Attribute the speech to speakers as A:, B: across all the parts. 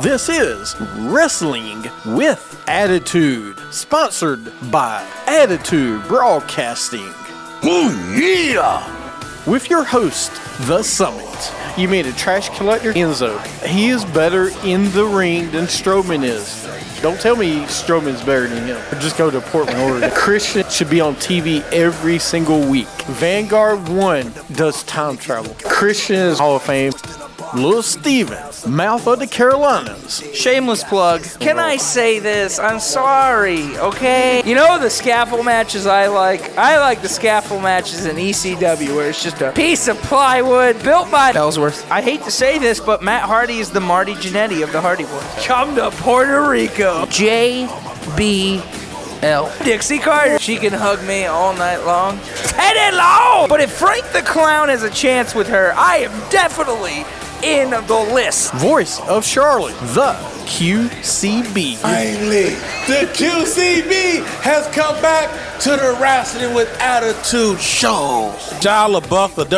A: This is Wrestling with Attitude, sponsored by Attitude Broadcasting.
B: Oh, yeah!
A: With your host, The Summit. You made a trash collector, Enzo. He is better in the ring than Strowman is. Don't tell me Strowman's better than him. Just go to Portland, Oregon. Christian should be on TV every single week. Vanguard 1 does time travel. Christian is Hall of Fame. Little Steven, mouth of the Carolinas.
C: Shameless plug. Can I say this? I'm sorry, okay? You know the scaffold matches I like? I like the scaffold matches in ECW where it's just a piece of plywood built by Ellsworth. I hate to say this, but Matt Hardy is the Marty Jannetty of the Hardy Boys. Come to Puerto Rico. JBL. Dixie Carter. She can hug me all night long. Ten and long! But if Frank the Clown has a chance with her, I am definitely in the list.
A: Voice of Charlotte, the QCB.
B: Finally, the QCB has come back to the Wrestling with Attitude show. John LaBeouf of E.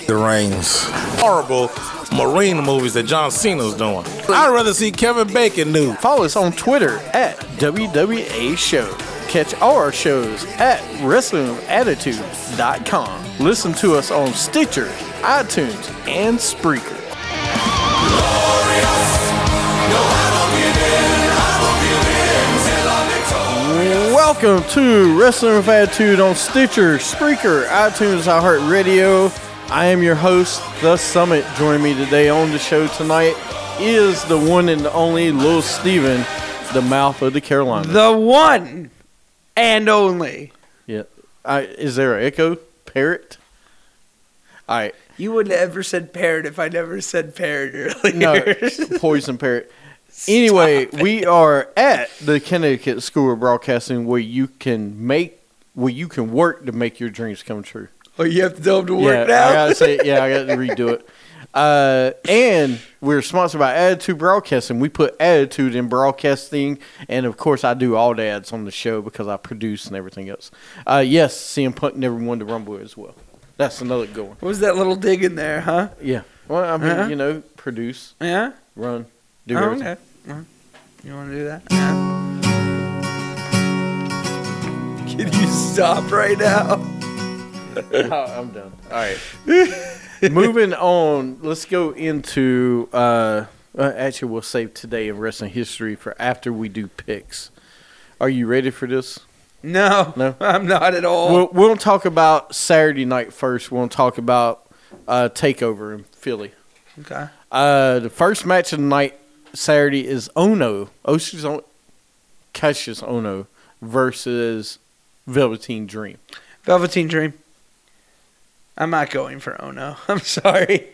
B: WWE. The Reigns. Horrible Marine movies that John Cena's doing. I'd rather see Kevin Bacon do.
A: Follow us on Twitter at WWA Show. Catch all our shows at WrestlingAttitude.com. Listen to us on Stitcher, iTunes, and Spreaker. Welcome to Wrestling with Attitude on Stitcher, Spreaker, iTunes, iHeartRadio. I am your host, The Summit. Joining me today on the show tonight is the one and only Lil Steven, the mouth of the Carolinas.
C: The one and only.
A: yeah. I, is there an echo? Parrot? All right.
C: You wouldn't have ever said parrot if I never said parrot earlier.
A: No, poison parrot. Anyway, we are at the Connecticut School of Broadcasting where you can make where you can work to make your dreams come true.
C: Oh, you have to tell him to work
A: yeah, I
C: now?
A: gotta say, yeah, I got to redo it. Uh, and we're sponsored by Attitude Broadcasting. We put attitude in broadcasting, and of course, I do all the ads on the show because I produce and everything else. Uh, yes, CM Punk never won the Rumble as well. That's another good one.
C: What was that little dig in there, huh?
A: Yeah. Well, I mean,
C: Uh-huh.
A: you know, produce,
C: Yeah?
A: run, do
C: Oh,
A: everything.
C: okay. Uh, You want to do that? Yeah. Can you stop right now?
A: Oh, I'm done. All right. Moving on, let's go into. Uh, uh, actually, we'll save today in wrestling history for after we do picks. Are you ready for this?
C: No.
A: No.
C: I'm not at all.
A: We'll, we'll talk about Saturday night first. We'll talk about uh, Takeover in Philly.
C: okay.
A: Uh, the first match of the night Saturday is Ono, Oshis on, Cassius Ono versus Velveteen Dream.
C: Velveteen Dream. I'm not going for Oh No. I'm sorry.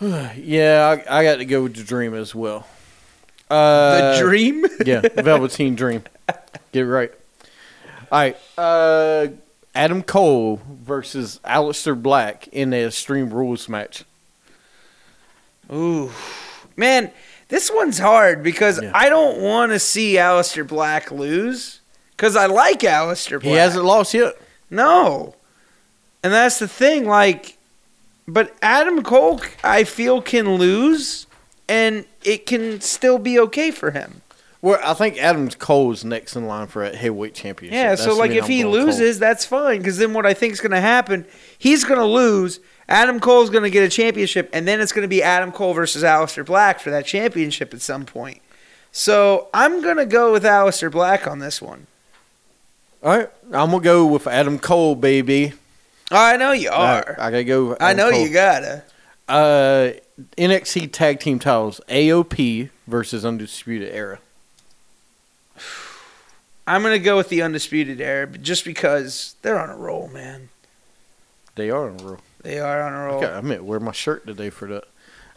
A: Yeah, I, I got to go with the Dream as well. Uh,
C: the Dream?
A: yeah, Velveteen Dream. Get it right. All right. Uh, Adam Cole versus Aleister Black in a Extreme Rules match.
C: Ooh, man, this one's hard because
A: Yeah.
C: I don't want to see Aleister Black lose because I like Aleister
A: He
C: Black.
A: hasn't lost yet.
C: No, and that's the thing. Like, but Adam Cole, I feel can lose, and it can still be okay for him.
A: Well, I think Adam Cole's next in line for a heavyweight championship.
C: Yeah, so
A: That's
C: like
A: me,
C: if
A: I'm
C: he
A: going Cole.
C: loses, that's fine because then what I think is going to happen, he's going to lose. Adam Cole's going to get a championship, and then it's going to be Adam Cole versus Aleister Black for that championship at some point. So I'm going to go with Aleister Black on this one.
A: all right, I'm gonna go with Adam Cole, baby.
C: Oh, I know you
A: I,
C: are.
A: I gotta go. with
C: I
A: Adam
C: know
A: Cole.
C: you gotta.
A: uh, NXT tag team titles: AOP versus Undisputed Era.
C: I'm going to go with the Undisputed Era but just because they're on a roll, man.
A: They are on a roll.
C: They are on a roll.
A: Okay, I meant wear my shirt today for that.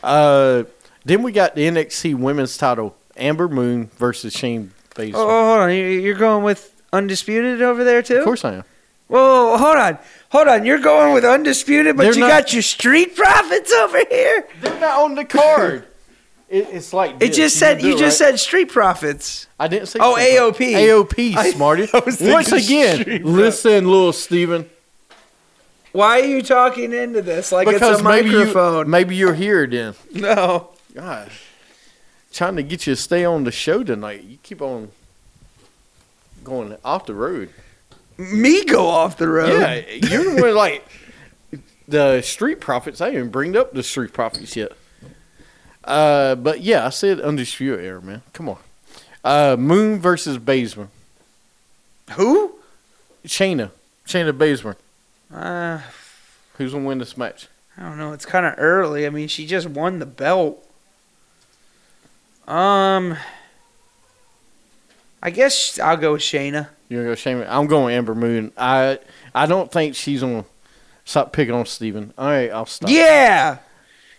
A: Uh, then we got the NXT Women's Title: Amber Moon versus Shane Baszler.
C: Oh, oh, hold on. You- You're going with Undisputed over there, too?
A: Of course I am.
C: Whoa, hold on. Hold on. You're going with Undisputed, but
A: They're
C: you
A: not-
C: got your Street Profits over here.
A: They're not on the card. it, it's like
C: It
A: this.
C: just said,
A: did
C: you
A: it
C: just
A: right.
C: said Street Profits.
A: I didn't say.
C: Oh,
A: Street
C: AOP.
A: Profits. AOP,
C: I-
A: smarty.
C: I was thinking
A: Once again,
C: Street
A: listen, little Steven.
C: Why are you talking into this like
A: Because
C: it's a
A: maybe you,
C: microphone?
A: maybe you're here then.
C: no.
A: God. trying to get you to stay on the show tonight. You keep on going off the road.
D: Me go off the road.
A: Yeah, you're the one like the street profits. I didn't bring up the street profits yet. Uh, but yeah, I said undisputed error, man. Come on. Uh, Moon versus Baseman.
D: Who?
A: Shayna. Shayna Baszler.
C: Uh,
A: Who's gonna win this match?
C: I don't know. It's kind of early. I mean, she just won the belt. Um, I guess I'll go with Shayna.
A: You're gonna go Shayna. I'm going Amber Moon. I I don't think she's gonna stop picking on Steven. All right, I'll stop.
C: Yeah,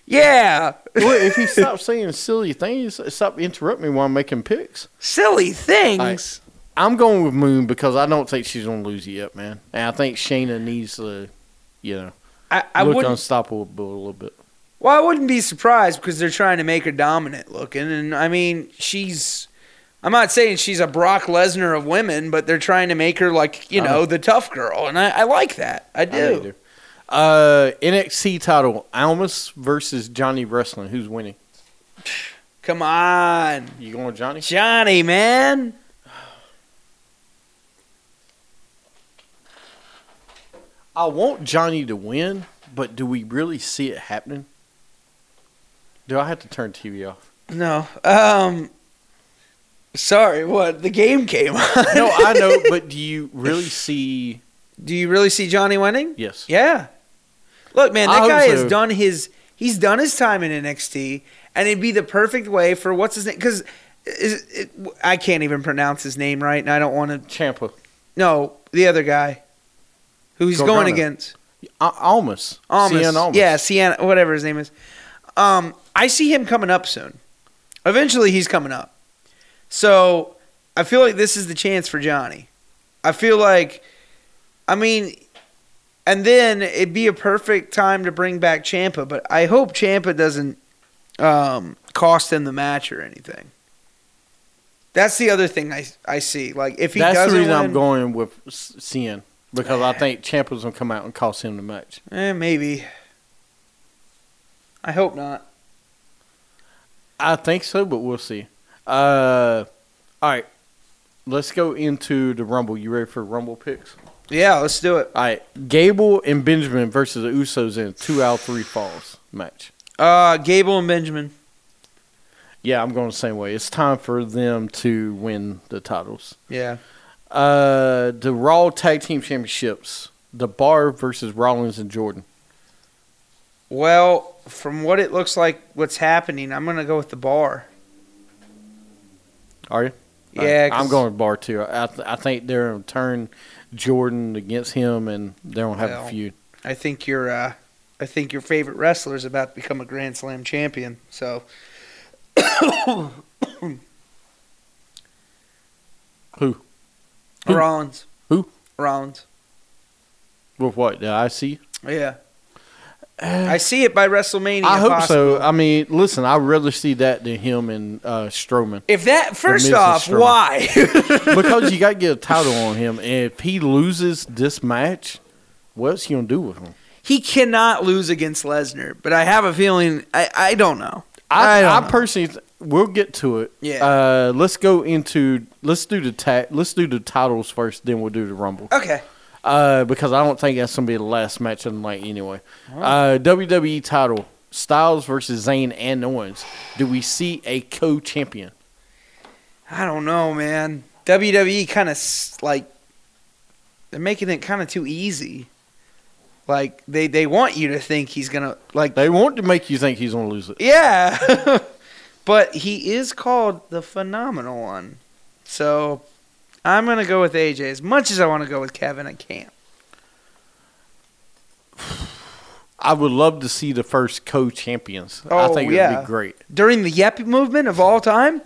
C: yeah.
A: Well, if he stops saying silly things, stop interrupting me while I'm making picks.
C: Silly things.
A: I'm going with Moon because I don't think she's gonna lose it yet, man. And I think Shayna needs to, you know,
C: I, I
A: look
C: wouldn't.
A: unstoppable a little bit.
C: Well, I wouldn't be surprised because they're trying to make her dominant looking, and I mean, she's. I'm not saying she's a Brock Lesnar of women, but they're trying to make her like you
A: I
C: know the tough girl, and I, I like that.
A: Uh-huh.
C: I
A: I
C: do.
A: do. Uh, NXT title: Almas versus Johnny Wrestling. Who's winning?
C: Come on,
A: You going with Johnny?
C: Johnny, man.
A: I want Johnny to win, but do we really see it happening? Do I have to turn TV off?
C: No. Um. Sorry, what? The game came on.
A: No, I know, but do you really see?
C: Do you really see Johnny winning?
A: Yes.
C: Yeah. Look, man,
A: I
C: that
A: hope
C: guy has
A: so.
C: done his he's done his time in NXT, and it'd be the perfect way for what's his name because it, I can't even pronounce his name right, and I don't want to.
A: Champa,
C: No, the other guy who he's going
A: Gargano.
C: against.
A: Almas,
C: Almas.
A: Cien Almas.
C: Yeah, Sienna, whatever his name is. Um, I see him coming up soon. Eventually, he's coming up. So I feel like this is the chance for Johnny. I feel like, I mean, and then it'd be a perfect time to bring back Champa. But I hope Champa doesn't um, cost him the match or anything. That's the other thing I, I see. Like if he
A: That's
C: doesn't,
A: the reason
C: win,
A: I'm going with Cien because I think Champa's gonna come out and cost him the match.
C: Eh, maybe. I hope not.
A: I think so, but we'll see. Uh, all right, let's go into the Rumble. You ready for Rumble picks?
C: Yeah, let's do it.
A: All right, Gable and Benjamin versus the Usos in a two out of three falls match.
C: Uh, Gable and Benjamin.
A: Yeah, I'm going the same way. It's time for them to win the titles.
C: Yeah.
A: Uh, the Raw Tag Team Championships. The Bar versus Rollins and Jordan.
C: Well, from what it looks like, what's happening, I'm gonna go with the bar.
A: Are you?
C: Yeah,
A: I'm
C: 'cause-
A: going with Bar too. I th- I think they're gonna turn Jordan against him, and they're gonna have
C: Well.
A: a feud.
C: I think your, uh, I think your favorite wrestler is about to become a Grand Slam champion. So
A: Who? Who?
C: Rollins.
A: Who?
C: Rollins.
A: With what? The IC?
C: Yeah. I see it by WrestleMania.
A: Uh, I hope
C: possibly.
A: so. I mean, listen, I rather see that than him and uh, Strowman
C: If that first
A: Miz and
C: off,
A: Strowman.
C: why?
A: because you got to get a title on him. And if he loses this match, what's he gonna do with him?
C: he cannot lose against Lesnar, but I have a feeling I, I don't know.
A: I,
C: don't
A: I,
C: know.
A: personally, th- we'll get to it.
C: Yeah.
A: Uh, let's go into let's do the ta- let's do the titles first, then we'll do the rumble.
C: Okay.
A: Uh, because I don't think that's gonna be the last match of the night anyway. Uh, WWE title: Styles versus Zayn and Owens. Do we see a co-champion?
C: I don't know, man. WWE kind of like they're making it kind of too easy. Like they they want you to think he's gonna like
A: They want to make you think he's gonna lose it.
C: yeah, but he is called the phenomenal one. So I'm gonna go with AJ as much as I want to go with Kevin. I can't.
A: I would love to see the first co-champions. I
C: Oh,
A: think it would
C: yeah.
A: be great.
C: During the Yep movement of all time,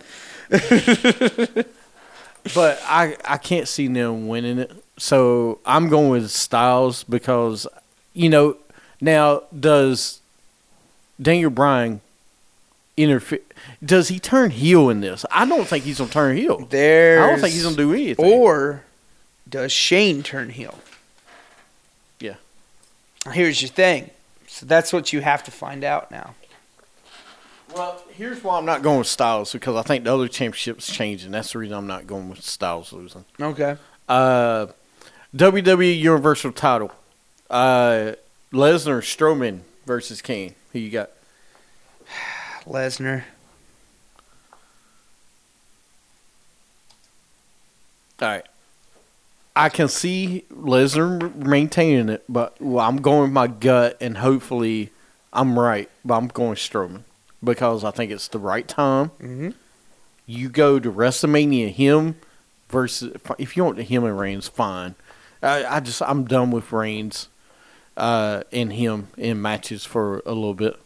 A: But I I can't see them winning it. So I'm going with Styles because you know now does Daniel Bryan interfere? Does he turn heel in this? I don't think he's gonna turn heel.
C: there
A: I don't think he's gonna do anything.
C: Or does Shane turn heel?
A: Yeah.
C: Here's your thing. So that's what you have to find out now.
A: Well, here's why I'm not going with Styles because I think the other championship's changing. That's the reason I'm not going with Styles losing.
C: Okay.
A: Uh, WWE Universal Title. Uh, Lesnar Strowman versus Kane. Who you got?
C: Lesnar.
A: All right. I can see Lesnar maintaining it, but well, I'm going with my gut, and hopefully I'm right. But I'm going Strowman because I think it's the right time.
C: Mm-hmm.
A: You go to WrestleMania, him versus if you want him and Reigns, fine. I, I just I'm done with Reigns uh, and him in matches for a little bit.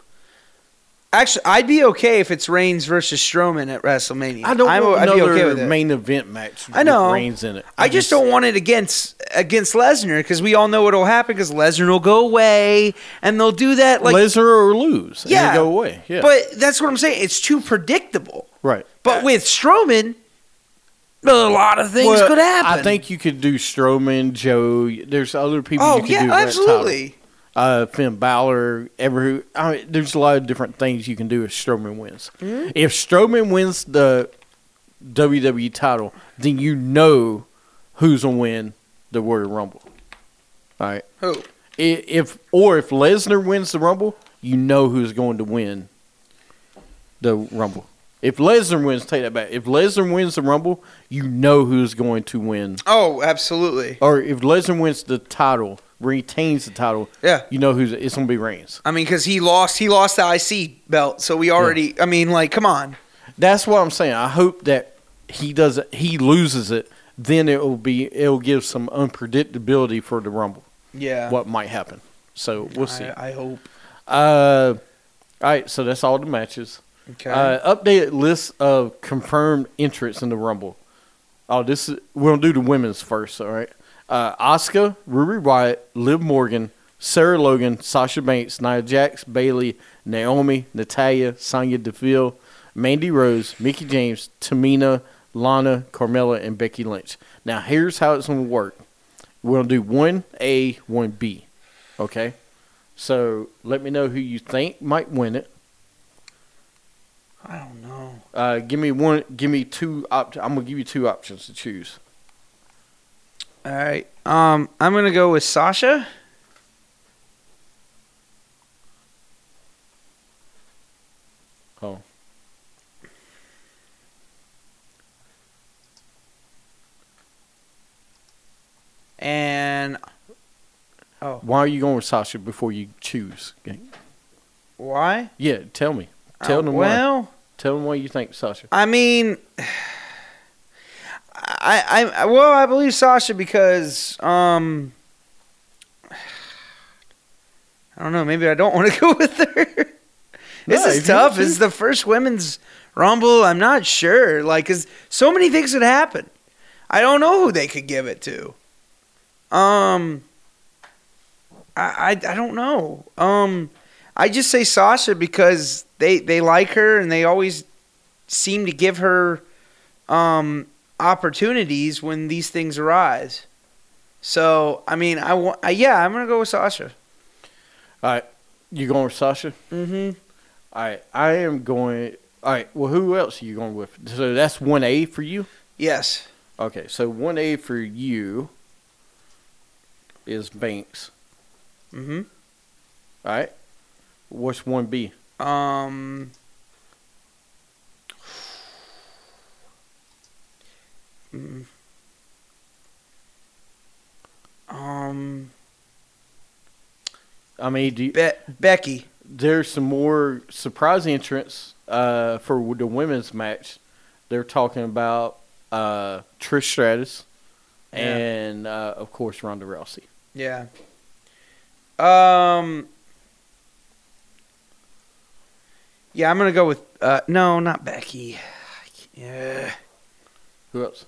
C: Actually, I'd be okay if it's Reigns versus Strowman at WrestleMania.
A: I don't
C: I'm,
A: want
C: I'd be
A: another
C: okay with it.
A: main event match.
C: I know.
A: with Reigns in it.
C: I just don't want it against against Lesnar because we all know what'll happen because Lesnar will go away and they'll do that like
A: Lesnar or lose.
C: yeah
A: and they go away. Yeah,
C: But that's what I'm saying. It's too predictable.
A: right.
C: But with Strowman, a lot of things
A: Uh, Well,
C: could happen.
A: I think you could do Strowman, Joe. There's other people.
C: Oh
A: you could
C: yeah,
A: do
C: absolutely.
A: Uh, Finn Balor, every. I mean, there's a lot of different things you can do if Strowman wins. If Strowman wins the WWE title, then you know who's gonna win the Royal Rumble. All right.
C: Who?
A: I- If or if Lesnar wins the Rumble, you know who's going to win the Rumble. If Lesnar wins, take that back. If Lesnar wins the Rumble, you know who's going to win
C: Oh, absolutely.
A: or if Lesnar wins the title, retains the title,
C: Yeah.
A: you know who's it's gonna be Reigns.
C: I mean, because he lost, he lost the IC belt, so we already. I mean, like, come on.
A: That's what I'm saying. I hope that he does he loses it, then it will be it'll give some unpredictability for the Rumble.
C: Yeah.
A: What might happen. So we'll see.
C: I, I hope.
A: uh, all right, so that's all the matches.
C: Okay.
A: Uh, updated list of confirmed entrants in the Rumble. Oh, this is we're gonna do the women's first. All right. Uh, Asuka, Ruby Riot, Liv Morgan, Sarah Logan, Sasha Banks, Nia Jax, Bailey, Naomi, Natalia, Sonya Deville, Mandy Rose, Mickey James, Tamina, Lana, Carmella, and Becky Lynch. Now here's how it's gonna work. We're gonna do one A, one B. Okay. So let me know who you think might win it.
C: I don't know.
A: Uh, give me one. Give me two. Op- I'm gonna give you two options to choose.
C: All right. Um, I'm gonna go with Sasha.
A: Oh.
C: And
A: Why are you going with Sasha before you choose?
C: why?
A: Yeah, tell me. Tell
C: Uh,
A: them why.
C: Well,
A: Tell them why you think Sasha.
C: I mean, I, I, I- well, I believe Sasha because, um, I don't know. Maybe I don't want to go with her. this
A: No,
C: is
A: if you want
C: tough.
A: to.
C: It's the first women's rumble. I'm not sure. Like, 'cause so many things could happen. I don't know who they could give it to. Um, I, I, I don't know. Um, I just say Sasha because they, they like her and they always seem to give her um, opportunities when these things arise. So, I mean, I, wa- I yeah, I'm gonna go with Sasha.
A: All right, you going with Sasha?
C: Mm-hmm.
A: All right, I am going. All right, well, who else are you going with? So that's one A for you.
C: Yes.
A: Okay, so one A for you is Banks.
C: Mm-hmm.
A: All right, what's one B?
C: Um. mm. Um,
A: I mean, do you,
C: Be- Becky.
A: there's some more surprise entrants uh, for the women's match. They're talking about uh, Trish Stratus
C: Yeah.
A: and, uh, of course, Ronda Rousey.
C: Yeah. Um. Yeah, I'm gonna go with uh no, not Becky. Yeah.
A: Who else?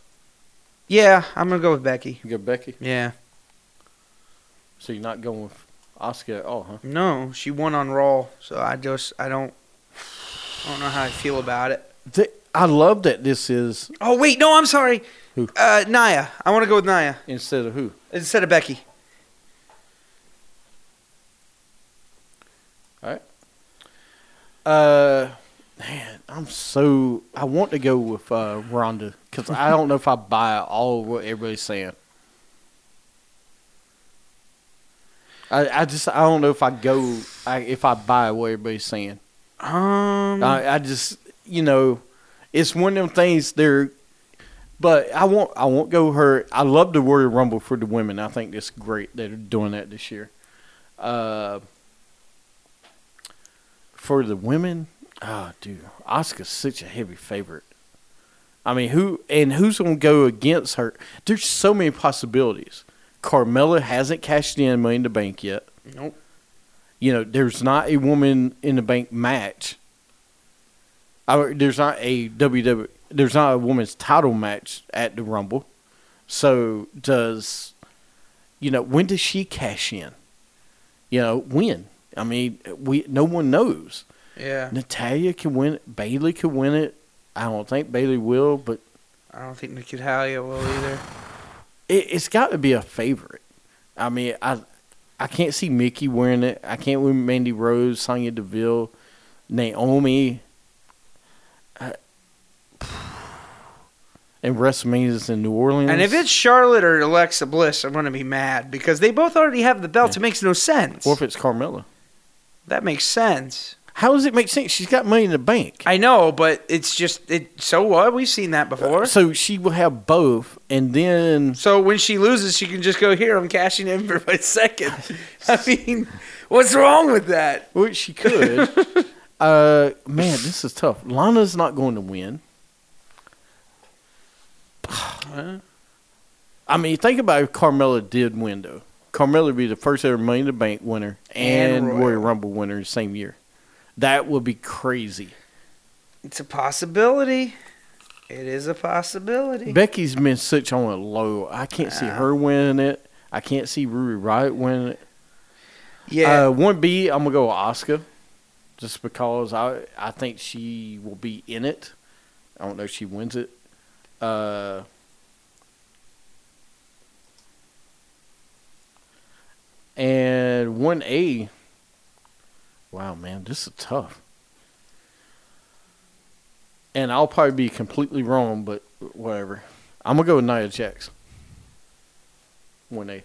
C: Yeah, I'm gonna go with Becky.
A: You got Becky?
C: Yeah.
A: So you're not going with Oscar at all, huh?
C: No, she won on Raw, so I just I don't I don't know how I feel about it.
A: I love that this is
C: Oh wait, no, I'm sorry.
A: Who?
C: Uh, Naya. I want to go with Naya
A: instead of who?
C: instead of Becky.
A: Uh, Man, I'm so I want to go with uh, Ronda because I don't know if I buy all of what everybody's saying. I, I just I don't know if I go I, if I buy what everybody's saying.
C: Um,
A: I, I just you know, it's one of them things. There, but I won't I won't go her. I love the Warrior Rumble for the women. I think that's great. They're doing that this year. Uh, for the women, ah, dude, Oscar's such a heavy favorite. I mean, who and who's gonna go against her? There's so many possibilities. Carmella hasn't cashed in Money in the Bank yet.
C: Nope.
A: You know, there's not a woman in the bank match. I, there's not a WWE. There's not a women's title match at the Rumble. So does, you know, when does she cash in? You know, when? I mean, we no one knows.
C: yeah.
A: Natalia can win it. Bailey could win it. I don't think Bailey will, but
C: I don't think Nikki Halia will either.
A: it, it's got to be a favorite. I mean, I I can't see Mickey wearing it. I can't win Mandy Rose, Sonya Deville, Naomi. I- and WrestleMania's in New Orleans.
C: And if it's Charlotte or Alexa Bliss, I'm going to be mad because they both already have the belts. It makes no sense.
A: or if it's Carmella,
C: that makes sense.
A: how does it make sense? She's got money in the bank,
C: I know, but it's just it. So what? We've seen that before.
A: so she will have both, and then
C: So when she loses, she can just go here. I'm cashing in for my second. I mean, what's wrong with that?
A: Well, she could. uh, man, this is tough. Lana's not going to win. I mean, think about if Carmella did win, though. Carmella would be the first ever Money in the Bank winner and,
C: And Royal.
A: Royal. Rumble winner the same year. That would be crazy.
C: It's a possibility. It is a possibility.
A: Becky's been such on a low. I can't see her winning it. I can't see Ruby Riot winning it.
C: yeah,
A: Uh, one B, I'm gonna go with Oscar, just because I I think she will be in it. I don't know if she wins it. Uh, and one A. Wow, man, this is tough. And I'll probably be completely wrong, but whatever. I'm gonna go with Nia Jax. One A.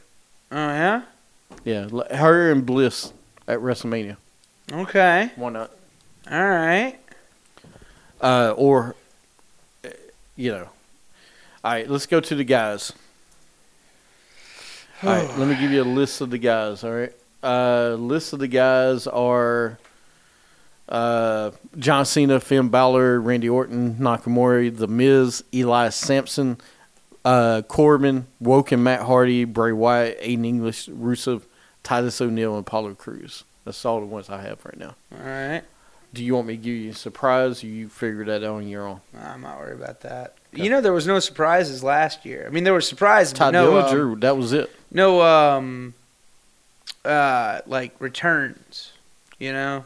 C: oh yeah.
A: Yeah, l- her and Bliss at WrestleMania.
C: Okay.
A: Why not?
C: All right.
A: Uh, or, uh, you know. All right, let's go to the guys. All right, let me give you a list of the guys. All right, uh, list of the guys are uh, John Cena, Finn Balor, Randy Orton, Nakamura, The Miz, Eli Sampson, uh, Corbin, Woken, Matt Hardy, Bray Wyatt, Aiden English, Rusev, Titus O'Neil, and Apollo Cruz. That's all the ones I have right now.
C: All right.
A: Do you want me to give you a surprise or you figure that out on your own?
C: I'm not worried about that. You know, there was no surprises last year. I mean, there were surprises, but
A: Ty
C: no, um,
A: Dillinger, that was it.
C: no, um, uh, like returns. You know,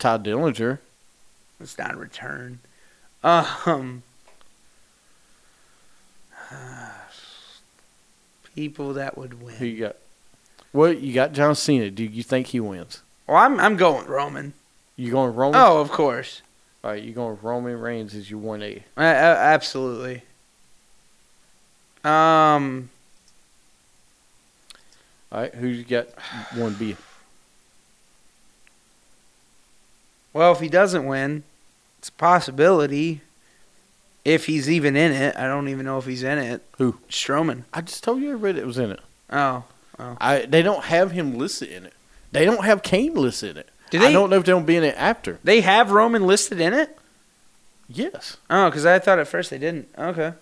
A: Ty Dillinger.
C: it's not a return. Um, people that would
A: Who
C: win.
A: you got? Well, you got John Cena. Do you think he wins?
C: Well, I'm I'm going Roman.
A: You going Roman?
C: Oh, of course,
A: All right, you going Roman Reigns as your one A.
C: A- a- absolutely. Um,
A: All right, who you got one B?
C: Well, if he doesn't win, it's a possibility. If he's even in it, I don't even know if he's in it.
A: Who?
C: Strowman.
A: I just told you I read it was in it.
C: Oh,
A: I they don't have him listed in it. They don't have Kane listed in it.
C: do
A: I
C: they?
A: don't know if they'll be in it after.
C: They have Roman listed in it.
A: Yes.
C: Oh, because I thought at first they didn't. Okay.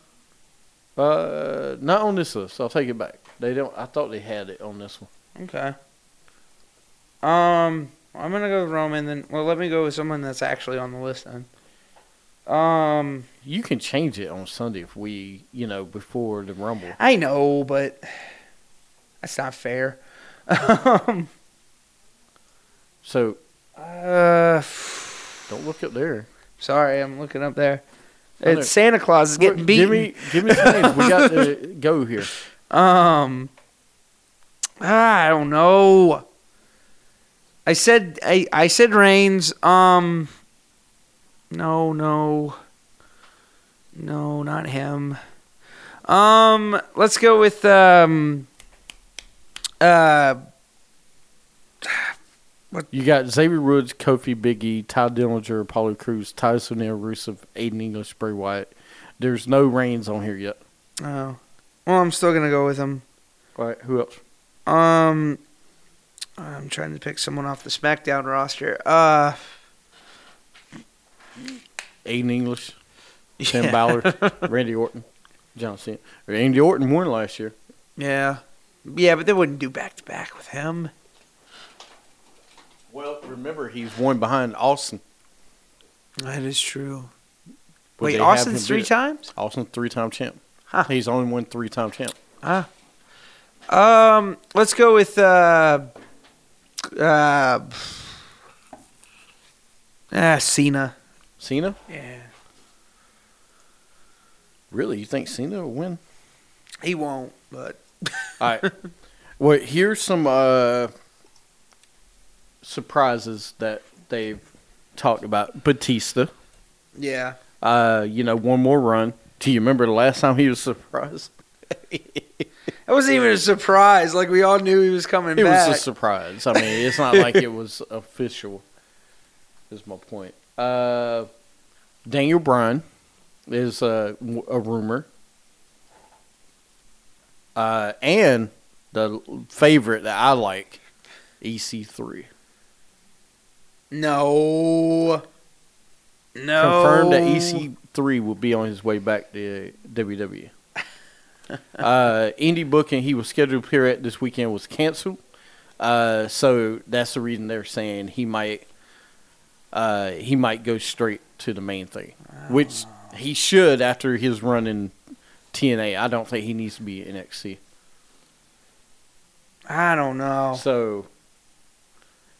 A: Uh, not on this list. I'll take it back. They don't. I thought they had it on this one.
C: Okay. Um, I'm gonna go with Roman. Then, well, let me go with someone that's actually on the list then. Um,
A: You can change it on Sunday if we, you know, before the Rumble.
C: I know, but that's not fair. um,
A: So
C: uh,
A: don't look up there.
C: sorry, I'm looking up there.
A: I know.
C: It's Santa Claus is getting
A: Look,
C: beaten.
A: Give me, give me some names. We got to go here.
C: Um, ah, I don't know. I said I, I said Reigns. Um, No, no. No, not him. Um, let's go with um uh
A: You got Xavier Woods, Kofi Biggie, Ty Dillinger, Apollo Cruz, Tyson Neal, Rusev, Aiden English, Bray Wyatt. There's no Reigns on here yet.
C: oh. Well, I'm still going to go with him.
A: All right, who else?
C: Um I'm trying to pick someone off the SmackDown roster. Uh
A: Aiden English, Sam
C: yeah.
A: Ballard, Randy Orton, John Cena. Randy Orton won last year.
C: Yeah. Yeah, but they wouldn't do back to back with him.
A: Well, remember he's one behind Austin.
C: That is true.
A: Would they
C: Wait,
A: have
C: Austin's
A: him
C: three
A: do it?
C: times?
A: Austin's three time champ.
C: Huh.
A: He's the only one three time champ.
C: Ah. Um, let's go with uh uh Ah, Cena.
A: Cena?
C: Yeah.
A: Really? You think Cena will win?
C: He won't, but
A: All right. well, here's some uh, surprises that they've talked about. Batista,
C: yeah.
A: uh, you know, one more run. Do you remember the last time he was surprised?
C: That wasn't even a surprise. Like we all knew he was coming
A: It
C: back.
A: was a surprise. I mean, it's not like it was official. Is my point. Uh, Daniel Bryan is uh, w- a rumor, uh, and the favorite that I like, E EC3.
C: no. No.
A: confirmed that E EC3 will be on his way back to WWE. uh, indie booking he was scheduled to appear at this weekend was canceled, uh, so that's the reason they're saying he might uh, he might go straight to the main thing, which he should after his run in TNA. I don't think he needs to be in NXT.
C: I don't know.
A: So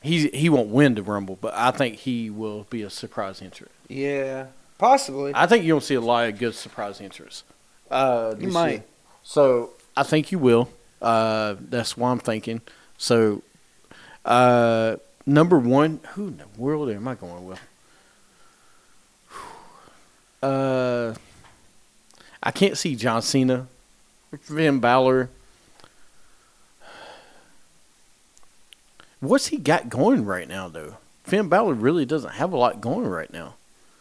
A: he he won't win the Rumble, but I think he will be a surprise entrant.
C: Yeah. Possibly.
A: I think you'll see a lot of good surprise entries. Uh, this
C: might.
A: year. So I think you will. Uh, that's what I'm thinking. So uh, number one, who in the world am I going with? Uh, I can't see John Cena, Finn Balor. What's he got going right now, though? Finn Balor really doesn't have a lot going right now.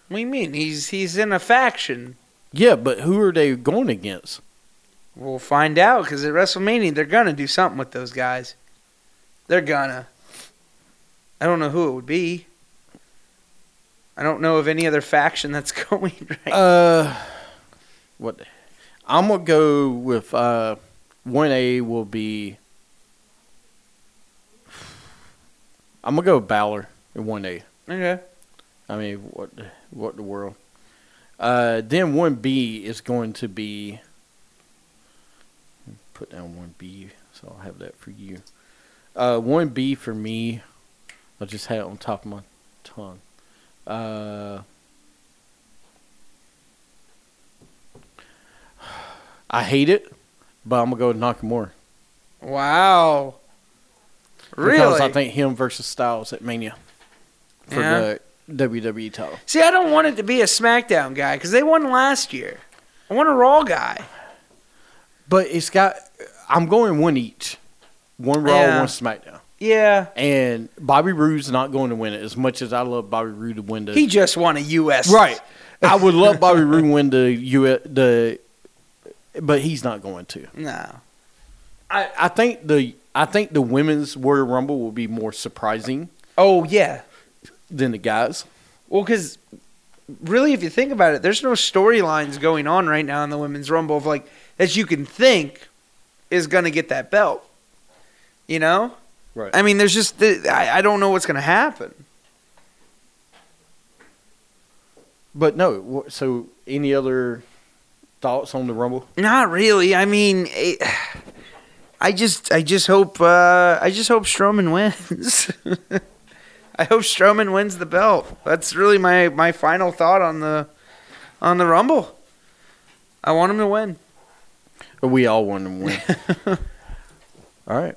C: what do you mean? He's he's in a faction.
A: Yeah, but who are they going against?
C: We'll find out because at WrestleMania they're gonna do something with those guys. They're gonna. I don't know who it would be. I don't know of any other faction that's going right.
A: Uh, what? I'm gonna go with uh, one A will be. I'm gonna go with Balor at one A.
C: okay.
A: I mean, what, the- what the world? Uh, then one B is going to be. Put down one B, so I'll have that for you. Uh, one B for me. I just had it on top of my tongue. Uh, I hate it, but I'm gonna go with Nakamura
C: Wow. Really?
A: because I think him versus Styles at Mania for
C: Yeah.
A: the WWE title.
C: See, I don't want it to be a SmackDown guy because they won last year. I want a Raw guy.
A: But it's got. I'm going one each, one Raw,
C: Yeah.
A: one SmackDown,
C: Yeah.
A: and Bobby Roode's not going to win it. As much as I love Bobby Roode to win the
C: He just won a U.S.
A: right, I would love Bobby Roode to win the U the, but he's not going to.
C: No.
A: I, I think the I think the women's Warrior Rumble will be more surprising
C: Oh, yeah.
A: than the guys.
C: Well, because really, if you think about it, there's no storylines going on right now in the Women's Rumble of like that you can think is going to get that belt. You know?
A: Right.
C: I mean, there's just, the, I, I don't know what's going to happen.
A: But no, wh- so any other thoughts on the Rumble?
C: Not really. I mean, it, I just, I just hope, uh, I just hope Strowman wins. I hope Strowman wins the belt. That's really my my final thought on the on the Rumble. I want him to win.
A: Or we all want them to win. all right.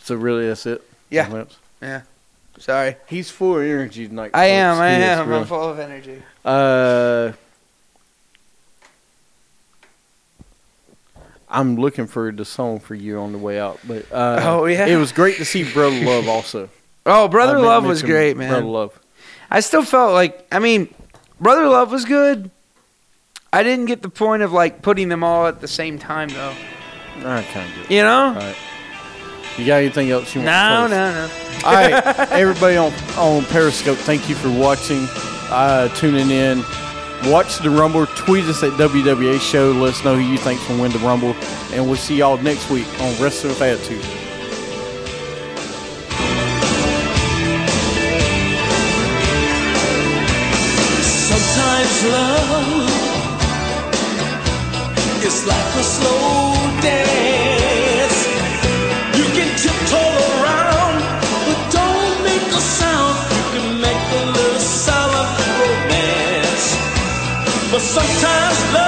A: So really, that's it.
C: Yeah.
A: Lance?
C: Yeah. Sorry.
A: He's full of energy tonight.
C: I am.
A: folks.
C: I
A: He is,
C: am. I'm
A: really.
C: full of energy.
A: Uh, I'm looking for the song for you on the way out, but uh,
C: Oh, yeah.
A: it was great to see Brother Love also.
C: Oh, Brother
A: I meant
C: Love
A: to
C: was
A: mention
C: great, man.
A: Brother Love.
C: I still felt like I mean, Brother Love was good. I didn't get the point of like putting them all at the same time though.
A: I kind of
C: You know?
A: You got anything else you
C: No,
A: want to
C: no, no.
A: post? All right, everybody on, on Periscope, thank you for watching, uh, tuning in. Watch the Rumble. Tweet us at WWA Show. Let us know who you think's going to win the Rumble. And we'll see y'all next week on Wrestling with Attitude.
E: Sometimes love is like a slow dance. You can tiptoe around, but don't make a sound. You can make a little solemn romance. But sometimes love.